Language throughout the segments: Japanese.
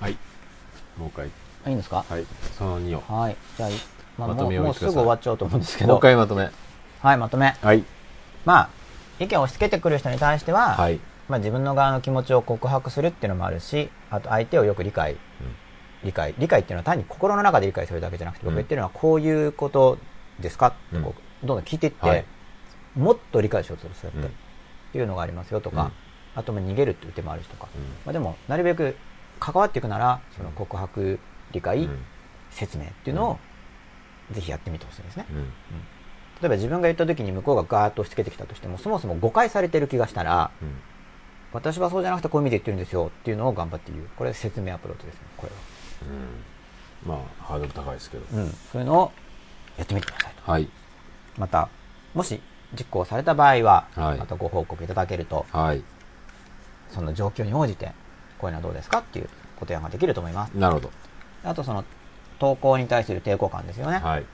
はい。もう一回。あいいんですかはい。その2を。はい。じゃあ、まあ、まとめをも言っうもうてすくださいぐ終わっちゃうと思うんですけもうど一。回まとめ。はい、まとめ。はい。まあ、意見を押し付けてくる人に対しては、はい。まあ、自分の側の気持ちを告白するっていうのもあるし、あと相手をよく理解、理解、理解っていうのは単に心の中で理解するだけじゃなくて、うん僕言ってるのはこういうことですかってこう、どんどん聞いていって、はいもっと理解しようとするって、うんっていうのがありますよとか、うんあとまあ逃げるっていう手もあるしとか、うんまあ、でもなるべく関わっていくなら、その告白、理解、うん説明っていうのを、ぜひやってみてほしいですね。うん。例えば自分が言った時に向こうがガーッと押し付けてきたとしてもそもそも誤解されてる気がしたらうん。私はそうじゃなくてこういう意味で言ってるんですよっていうのを頑張って言うこれ説明アプローチですねこれうんまあ、ハードル高いですけど。は、うん、そういうのをやってみてくださいとはい。またもし実行された場合は、はいまたご報告いただけるとはい。その状況に応じてこういうのはどうですかっていうご提案ができると思いますなるほど。あとその投稿に対する抵抗感ですよね、はい。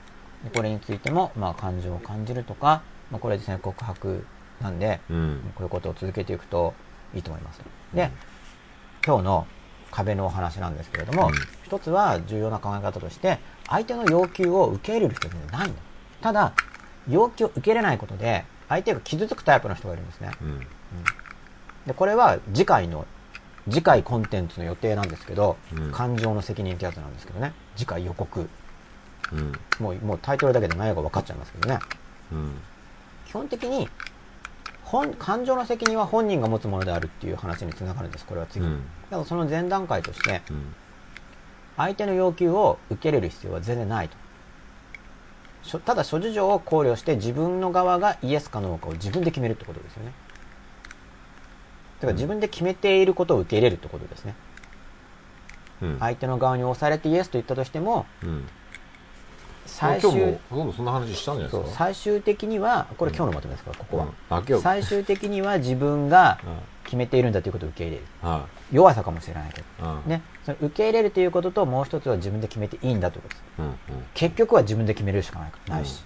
これについても、まあ、感情を感じるとか、まあ、これは実際に告白なんで、うん。こういうことを続けていくといいと思います。で、うん今日の壁のお話なんですけれども、うん一つは重要な考え方として、相手の要求を受け入れる人じゃないんだ。ただ、要求を受け入れないことで、相手が傷つくタイプの人がいるんですね。うん。で、これは次回の、次回コンテンツの予定なんですけど、うん感情の責任ってやつなんですけどね。次回予告。うん。もう、もうタイトルだけで内容が分かっちゃいますけどね。うん。基本的に本感情の責任は本人が持つものであるっていう話につながるんですこれは次、うんでもその前段階としてうん。相手の要求を受け入れる必要は全然ないとしょただ諸事情を考慮して自分の側がイエスかノーかを自分で決めるってことですよねてか自分で決めていることを受け入れるってことですね、うん。相手の側に押されてイエスと言ったとしてもうん。最今日終もほとんどそんな話したんじゃないそでうすか。最終的にはこれ今日のまとめですからここは、うんあ、今日。最終的には自分がうん決めているんだということを受け入れるは弱さかもしれないけど、い。うん。ね、その受け入れるということともう一つは自分で決めていいんだということですうん。うん。結局は自分で決めるしかないからないし、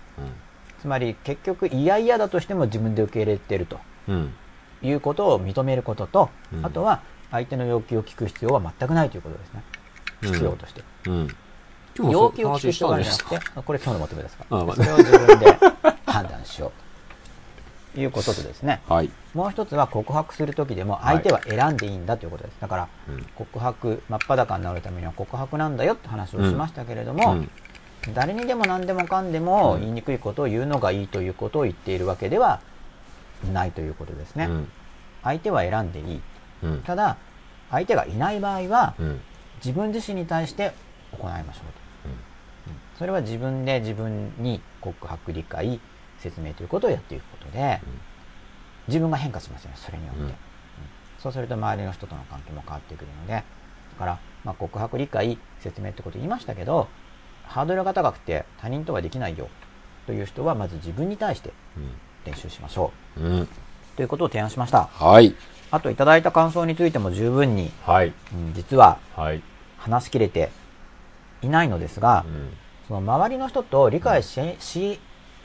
つまり結局嫌々だとしても自分で受け入れてるとうん。うん。いうことを認めることと、うんあとは相手の要求を聞く必要は全くないということですねうん必要として、うん。今日要もそ求を聞く必要があるんじゃな話したんじゃないくてこれ今日のまとめですかあまらあそれを自分で判断しようということとですねですか。はい。もう一つは告白する時でも相手は選んでいいんだということです。だからうん告白、真っ裸になるためには告白なんだよって話をしましたけれども、うん誰にでも何でもかんでも言いにくいことを言うのがいいということを言っているわけではないということですね。うん。相手は選んでいい。うん。ただ、相手がいない場合はうん。自分自身に対して行いましょうと。うんそれは自分で自分に告白、理解、説明ということをやっていくことで、うん自分が変化しますよね、それによって。うんうんそうすると周りの人との関係も変わってくるので、だから、まあ、告白、理解、説明ってこと言いましたけど、ハードルが高くて他人とはできないよという人は、まず自分に対して練習しましょうん。うん。うということを提案しました。はい。あと、いただいた感想についても十分に、はい。うん実ははい。話しきれていないのですがう、ん。その周りの人と理解し,、し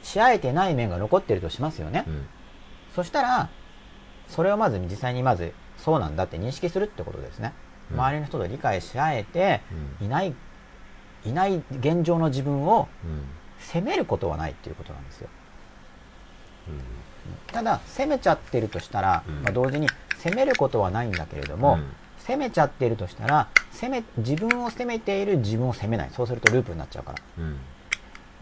し合えてない面が残ってるとしますよね、うん。そしたらそれをまず実際にまずそうなんだって認識するってことですね、うん周りの人と理解し合えてういないいない現状の自分をうん。責めることはないっていうことなんですよただ責めちゃってるとしたら、うんまあ、同時に責めることはないんだけれども、うん責めちゃってるとしたら責め自分を責めている自分を責めないそうするとループになっちゃうからうん。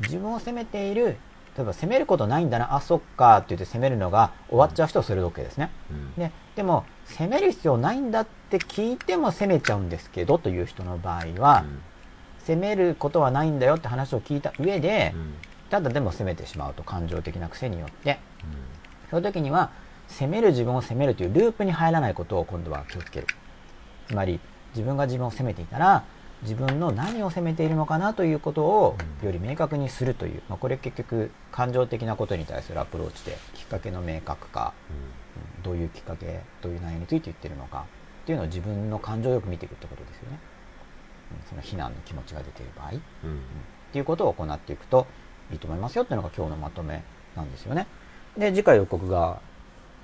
自分を責めている例えば責めることないんだなあそっかって言って責めるのが終わっちゃう人はそれで OK ですね、うん。ででも責める必要ないんだって聞いても責めちゃうんですけどという人の場合は、責めることはないんだよって話を聞いた上で、うん。ただでも責めてしまうと感情的な癖によってその時には責める自分を責めるというループに入らないことを今度は気をつけるつまり自分が自分を責めていたら自分の何を責めているのかなということをより明確にするという、まあ、これ結局感情的なことに対するアプローチできっかけの明確化うんどういうきっかけどういう内容について言ってるのかっていうのを自分の感情をよく見ていくってことですよね、うんその非難の気持ちが出ている場合、うんうん。っていうことを行っていくといいと思いますよっていうのが今日のまとめなんですよね。で、次回予告が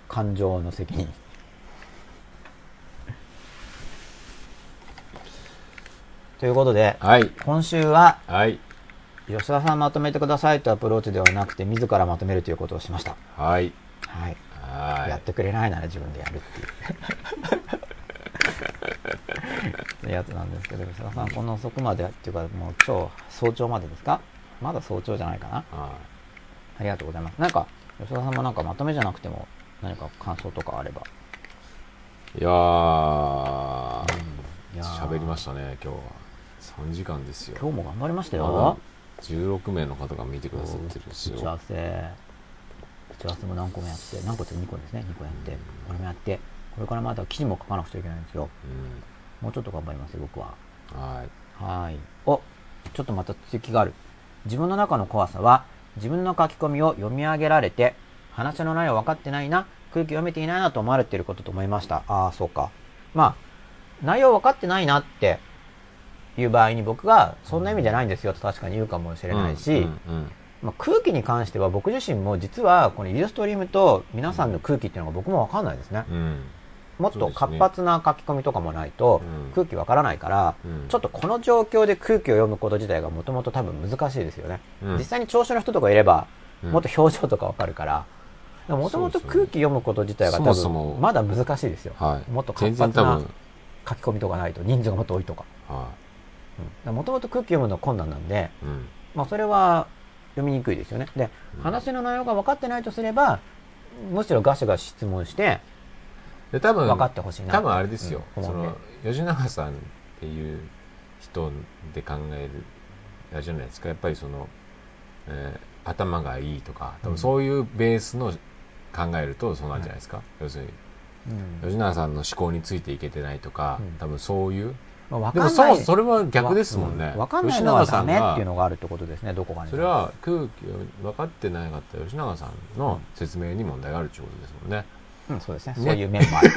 感情の責任。 ということで、はい。今週は、はい。吉田さんまとめてくださいというアプローチではなくて、自らまとめるということをしました。はい。はい。やは。ってくれないなら自分でやるっていう やつなんですけど吉田さんこの遅くまでっていうかもう今日早朝までですかまだ早朝じゃないかないはありがとうございますなんか吉田さんもなんかまとめじゃなくても何か感想とかあればい。いやー、いやー喋りましたね、今日は。3時間ですよ。今日も頑張りましたまよだ16名の方が見てくださってるんです打ち合わよ。せ打ち合わせも何個もやって何個って2個ですね2個やってこれもやってこれからまた記事も書かなくちゃいけないんですようん。もうちょっと頑張りますよ僕ははい。はい。お、ちょっとまた続きがある。自分の中の怖さは、自分の書き込みを読み上げられて、話の内容分かってないな、空気読めていないなと思われていることと思いました。ああ、そうか。まあ、内容分かってないなっていう場合に僕が、そんな意味じゃないんですよと確かに言うかもしれないうし、んうんうんまあ、空気に関しては僕自身も実は、このイルストリームと皆さんの空気っていうのが僕も分かんないですね。うんもっそうでとすね活発な書き込みとかもないとうん、空気分からないから、うんちょっとこの状況で空気を読むこと自体がもともと多分難しいですよね。うん実際に聴衆の人とかいれば、うんもっと表情とかわかるから、もともとそうですね空気読むこと自体がそ多もそも分まだ難しいですよ。はい、もっと活全発然な多分、書き込みとかないと、人数がもっと多いとか。はもともと空気読むの困難なんで、いうんまあそれは読みにくいですよね。で、うん話の内容が分かってないとすれば、むしろガシガシ質問して、で多分分かってほしいな。多分あれですよ、うんそ思うんでの吉永さんっていう人で考えるあれじゃないですかやっぱりその、えー頭がいいとか多う分んそういうベースの考えるとそうなんじゃないですか、要するにうん吉永さんの思考についていけてないとか、うん多分そういうまあ分でかもんそなもいそれは逆ですもんね、わわかんないのはダメっていうののがあるってことですね、どこかに。それは空気を分かってなかった吉永さんの説明に問題があるっていうことですもんね。うん、そうですね。ねそういう面もあ る。う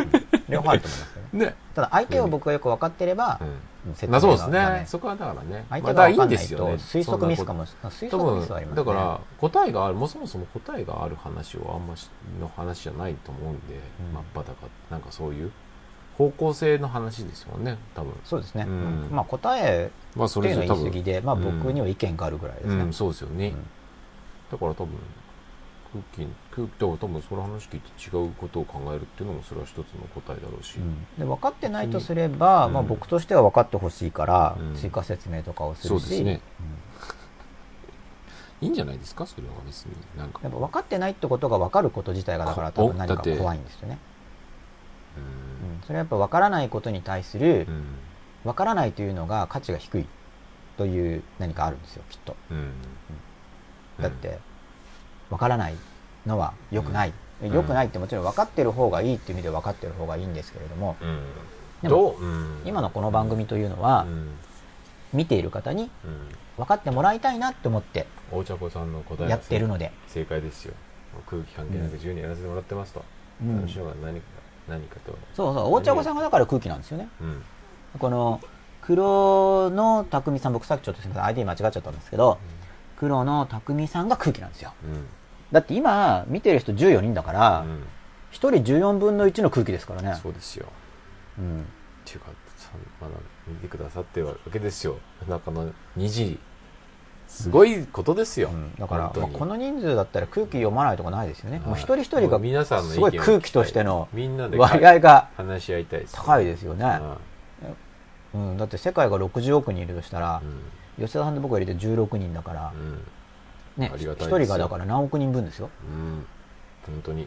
ん両方あると思いますけどね。ね。ただ、相手を僕がよく分かってればう、んうん説まあそうですがねダ。メそこはだからね。相手まあだが分かんないらといいんですよ推ね測ミスかもしれない。推そんな測こミとスはあり多分、ますね。だから答えがある、もうそもそも答えがある話はあんましの話じゃないと思うんで、うん真っ裸って、なんかそういう方向性の話ですもんね、多分。そうですね。うんまあ、答えまあそっていれうぞのれは多言分い過、ぎで、まあ、僕には意見があるぐらいですうん、ね。そうですよね。うんだから多分、空気、空気と多分その話聞いて違うことを考えるっていうのもそれは一つの答えだろうし。で分かってないとすれば、うんまあ、僕としては分かってほしいから、うん追加説明とかをすそるうですし、ね。うんいいんじゃないですか、それは別に。なんか。やっぱ分かってないってことが分かること自体がだから多分何か怖いんですよね。ううんんそれはやっぱ分からないことに対するうん。分からないというのが価値が低いという何かあるんですよきっとうん。だって分からないのは良くない、ん良くないってもちろん分かってる方がいいっていう意味で分かってる方がいいんですけれどもうん。でもどう、うん今のこの番組というのうはん見ている方にうん分かってもらいたいなって思ってお茶子さんの答えがやってるので、正解ですよもう空気関係なく自由にやらせてもらってますと、うん楽しいのが何か何かとそうそう大茶子さんがだから空気なんですよねうんこの黒の匠さん僕さっきちょっとすみません ID 間違っちゃったんですけど黒の匠さんが空気なんですようんだって今見てる人14人だから、うん1人14分の1の空気ですからねそうですようんっていうかさまだ見てくださってるわけですよ中の2時すごいことですよ、うんだから、本当まあにこの人数だったら空気読まないとかないですよね、はいもう一人一人もがう皆さんの意見すごをい聞きた空気としてのみんなで割合が話し合いたいです高いでですよね、うん、だって世界が60億人いるとしたら、吉田さんと僕が入れて16人だからう、んねあり一がたいですよ人がだから何億人分ですようん本当に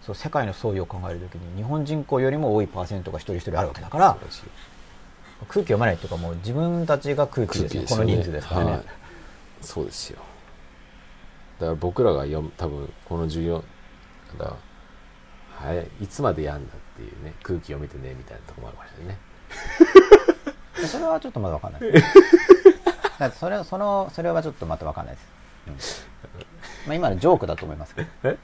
そう世界の総意を考えるときに日本人口よりも多いパーセントが一人一人あるわけだか素ら晴らしい空気読まないっていうかもう自分たちが空気ですよこの人数ですからね、はいそうですよだから僕らが読む多分この14だからはいいつまでやんだっていうね空気読めてねみたいなとこもありましたねそれはちょっとまだ わかんないですだってそれはそのそれはちょっとまたわかんないです、うんまあ、今のジョークだと思いますけどえ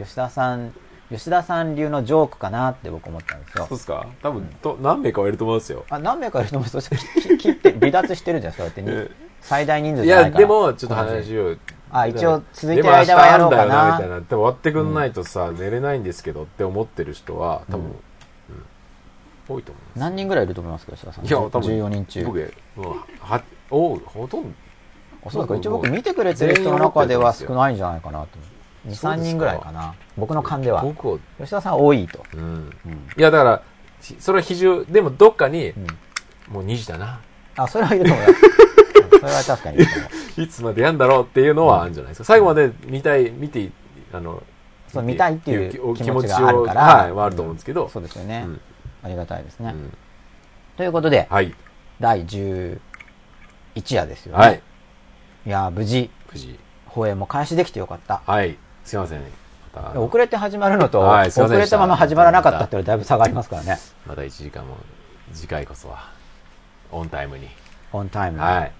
吉田さん吉田さん流のジョークかなって僕思ったんですよそうですか多分と何名かはいると思うんですよあ何名かいると思うんですよそして切切って離脱してるんじゃないですかだってにえ最大人数いじゃなやいかでらもちょっと話をあ一応続いてる間はやろうかなでも明日あんだよみたいなでも終わってくんないとさ、寝れないんですけどって思ってる人は多分、うん多いと思います何人ぐらいいると思いますか吉田さんいや多分14人中僕もうはおほとんどおそらく一応僕見てくれてる人の中で全員は思ってると思いますよ少ないんじゃないかなとそう23ですか人ぐらいかな僕の勘では僕を吉田さんは多いと、うんうんいやだからひそれは比重でもどっかにうんもう2時だなあそれはいると思い ますうんそれは確かにいると思ういつまでやんだろうっていうのはあるんじゃないですか最後まで見たい見てあのそう見たいっていう気持ちがあるをから、はい、はあると思うんですけど、そうですよね、うんありがたいですうね、んということで、はい第11夜ですよね、はいいやー無事藤井放映も開始できてよかったはいすいませんまたあの遅れて始まるのと、はいすいま遅せんでれしたたまま始まらなかったっていうのはだいぶ差がありますからねまた1時間も次回こそはオンタイムに、オンタイム、はい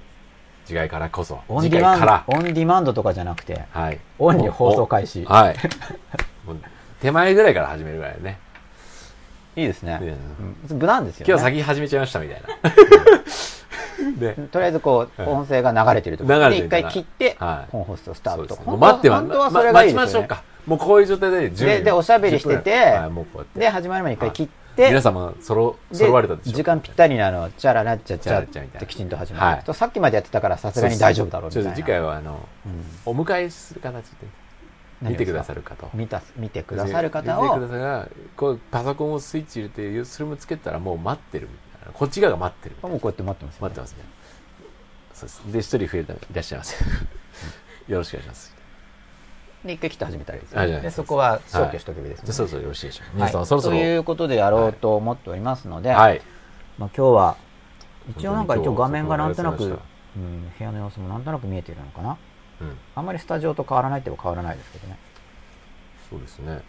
次回からこそオン次ディ回マからンドオンディマンドとかじゃなくてはいオンリー放送開始おおはいもう手前ぐらいから始めるぐらいだねいいですねいいですねうん無難ですよね今日先始めちゃいましたみたい なでとりあえずこう、はい音声が流れてると流れてでる一回切って、はい本放送スターそうトでと、すねもう本当は待っては本当はそれがいいですよ、まね待ちましょうかもうこういう状態で準ででおしゃべりしててはい、もうこうやってで始まる前に一回切っ皆て様そろで揃われたでしょうか時間ぴったりなのチャララッチャチャラッチチャラッチャャみったいなてきちんと始まる、はいとさっきまでやってたからさすがに大丈夫だろうみたいちょなっと次回はあのお迎えする形で見てくださるるかと見た見てくださる方見てくをださるがこうパソコンをスイッチ入れてそれもつけたらもう待ってるみたいなこっち側が待ってるみたいもなうこうやって待ってますよ、待ってますねそうですで一人増えたいらっしゃいませよろしくお願いしますで一回切って始めたらいいですあよじゃあねでそこは消去しとけばいいですじねゃあそろそろよろしいでしょうか皆さんそろそろはい、ということでやろうと思っておりますので、はいまあ、今日は一応なんか本一当応に画面がなん今日とはなお疲れ様でしくた、うん、部屋の様子もなんとなく見えているのかなうんあんまりスタジオと変わらないって言えば変わらないですけどね、そうですね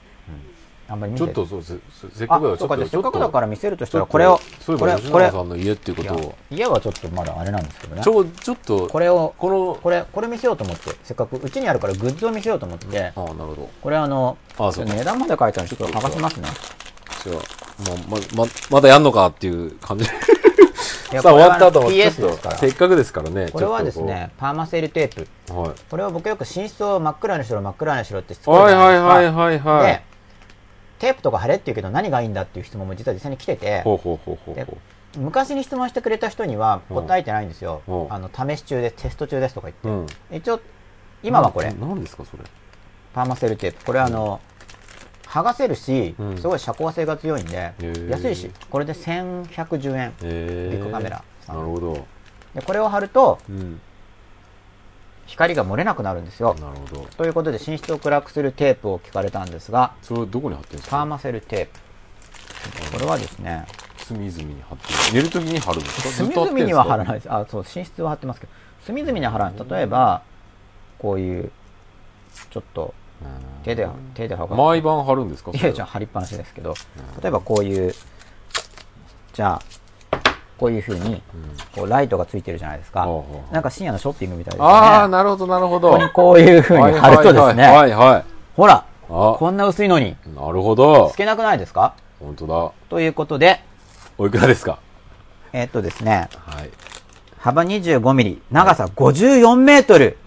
うん、あんまり見ちてょっとそうせせっかあくだそうかからじゃあちせょっっとかくだから見せるとしちたょらっとこれをそういえこばれ吉これ永さんの家っていうことをいや家はちょっとまだあれなんですけどねちょちょっとこれをこのこれこれ見せようと思ってせっかくうちにあるからグッズを見せようと思って、ああなるほどこれあのああちそょうっかと値段まで書いたのでちょっと剥がしますねじゃあまあまままだやんのかっていう感じさいあや終これはわった後も PS ちょっですかとらせっかくですからねこれはですねパーマセールテープちょっとここれを僕よく寝室を真っ暗にしろ真っ暗にしろってしつこうはいじゃなはいいですかはいはいはいはいでテープとか貼れって言うけど何がいいんだっていう質問も実は実際に来ててほうほうほうほうでほ昔に質問してくれた人には答えてないんですよ、うんあの試し中ですテスト中ですとかう、う言っん、て、一応今はこれ何ですかそれパーマセルテープこれあの、剥がせるし、うんすごい遮光性が強いんで、ー安いしこれで1110円えビッグカメラさんなるほど、でこれを貼るとうん、光が漏れなくなるんですよなるほどということで寝室を暗くするテープを聞かれたんですがそれはどこに貼ってるんですパーかマセルテープこれはですね隅々に貼ってる寝るときに貼るんですかずっ隅と貼っ々てるんでにすはか貼らないです。あ、そう、寝室は貼ってますけど、隅々には貼らないです。例えば、こういう、ちょっと、うん手で、手で貼る。毎晩貼るんですかいそれや、はじゃあ貼りっぱなしですけどう、ん例えばこういう、じゃあ、こういう風に、うんこう、ライトがついてるじゃないですかほうほうほ。うなんか深夜のショッピングみたいですああ、よね。なるほど、なるほど。ここにこういう風に貼るとですはね、いはいはいはいはい。ほら、あ、こんな薄いのに、なるほどつ。けなくないですか本当だ。ということで、おいくらですかえっとですね、はい。幅25ミリ、長さ54メートル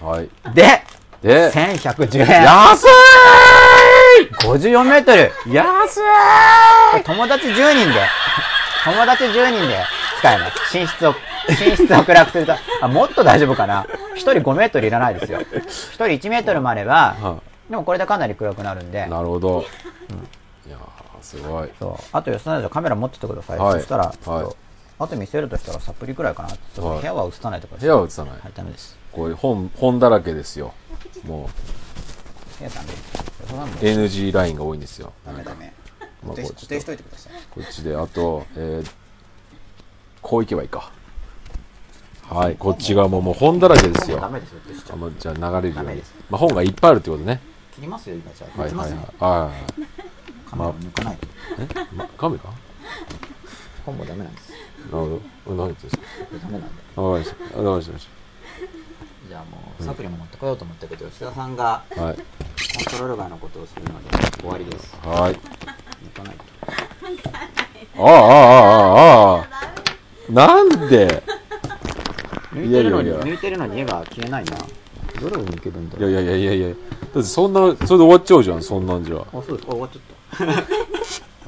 はい。で、で、 1110円。安54メートル。い安いこれ友達10人で、友達10人で使えます。寝室を、寝室を暗くすると、あ、もっと大丈夫かな。1人5メートルいらないですよ。1人1メートルもあればは、でもこれでかなり暗くなるんで、なるほど。いやー、すごい。そう。あと吉田さんカメラ持っててください。はいそしたら、ちょっとはいあと見せるとしたらサプリくらいかな。ちょっとはい部屋は映さないとか部屋は映さないはい、ダメです。これ本、本だらけですよ。も部屋ダメです。そんなのう、NG ラインが多いんですよ。ダメダメ。まあ固定しこうちょっと固定しといてください。こっちで、あと、えー、こういけばいいか。はい、こっち側ももう本だらけですよ。ダメですよってしちゃあう。まあじゃあ流れるよダうメにです。まあ、本がいっぱいあるってことね。切りますよ、今じゃあ。は抜いきはいますはいよ。。はいカメラを抜かないと。え、ま、カメラな本もダメなんです。るほど。何ですかこれダメなんで。わかりました。わかりましじゃあもうサプリも持ってこようと思ったけど、吉田さんがた。はい。コントロールバーのことをするので終わりです。はい。抜かないと。ああ、ああ、ああ、ああ。なんで抜いてるのに、いやいやい抜いてるのに絵が消えないな。どれを抜けばいいんだいろやう。いやいやいやいや。だってそんな、それで終わっちゃうじゃん、そんなんじゃ。あ、そうです。あ終わっちゃっ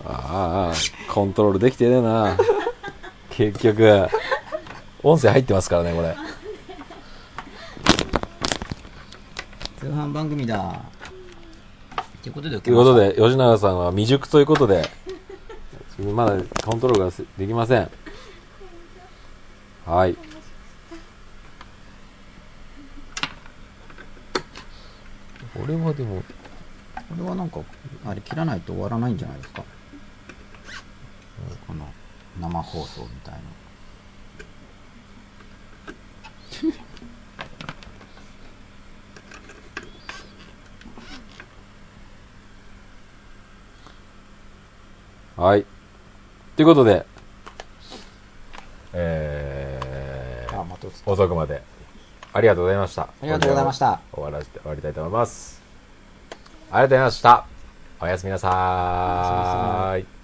ああ、ああ。コントロールできてねえ な結局音声入ってますからねこれ通販番組だということで受ということで吉永さんは未熟ということでまだコントロールができませんはい俺はでもこれはなんかあれ切らないと終わらないんじゃないですか、この生放送みたいなはい。ということで、えー、あまた映った遅くまで、ありがとうございました。あありがとうございまし。た終わらせて、終わりたいと思います。ありがとうございました。おやすみなさーい。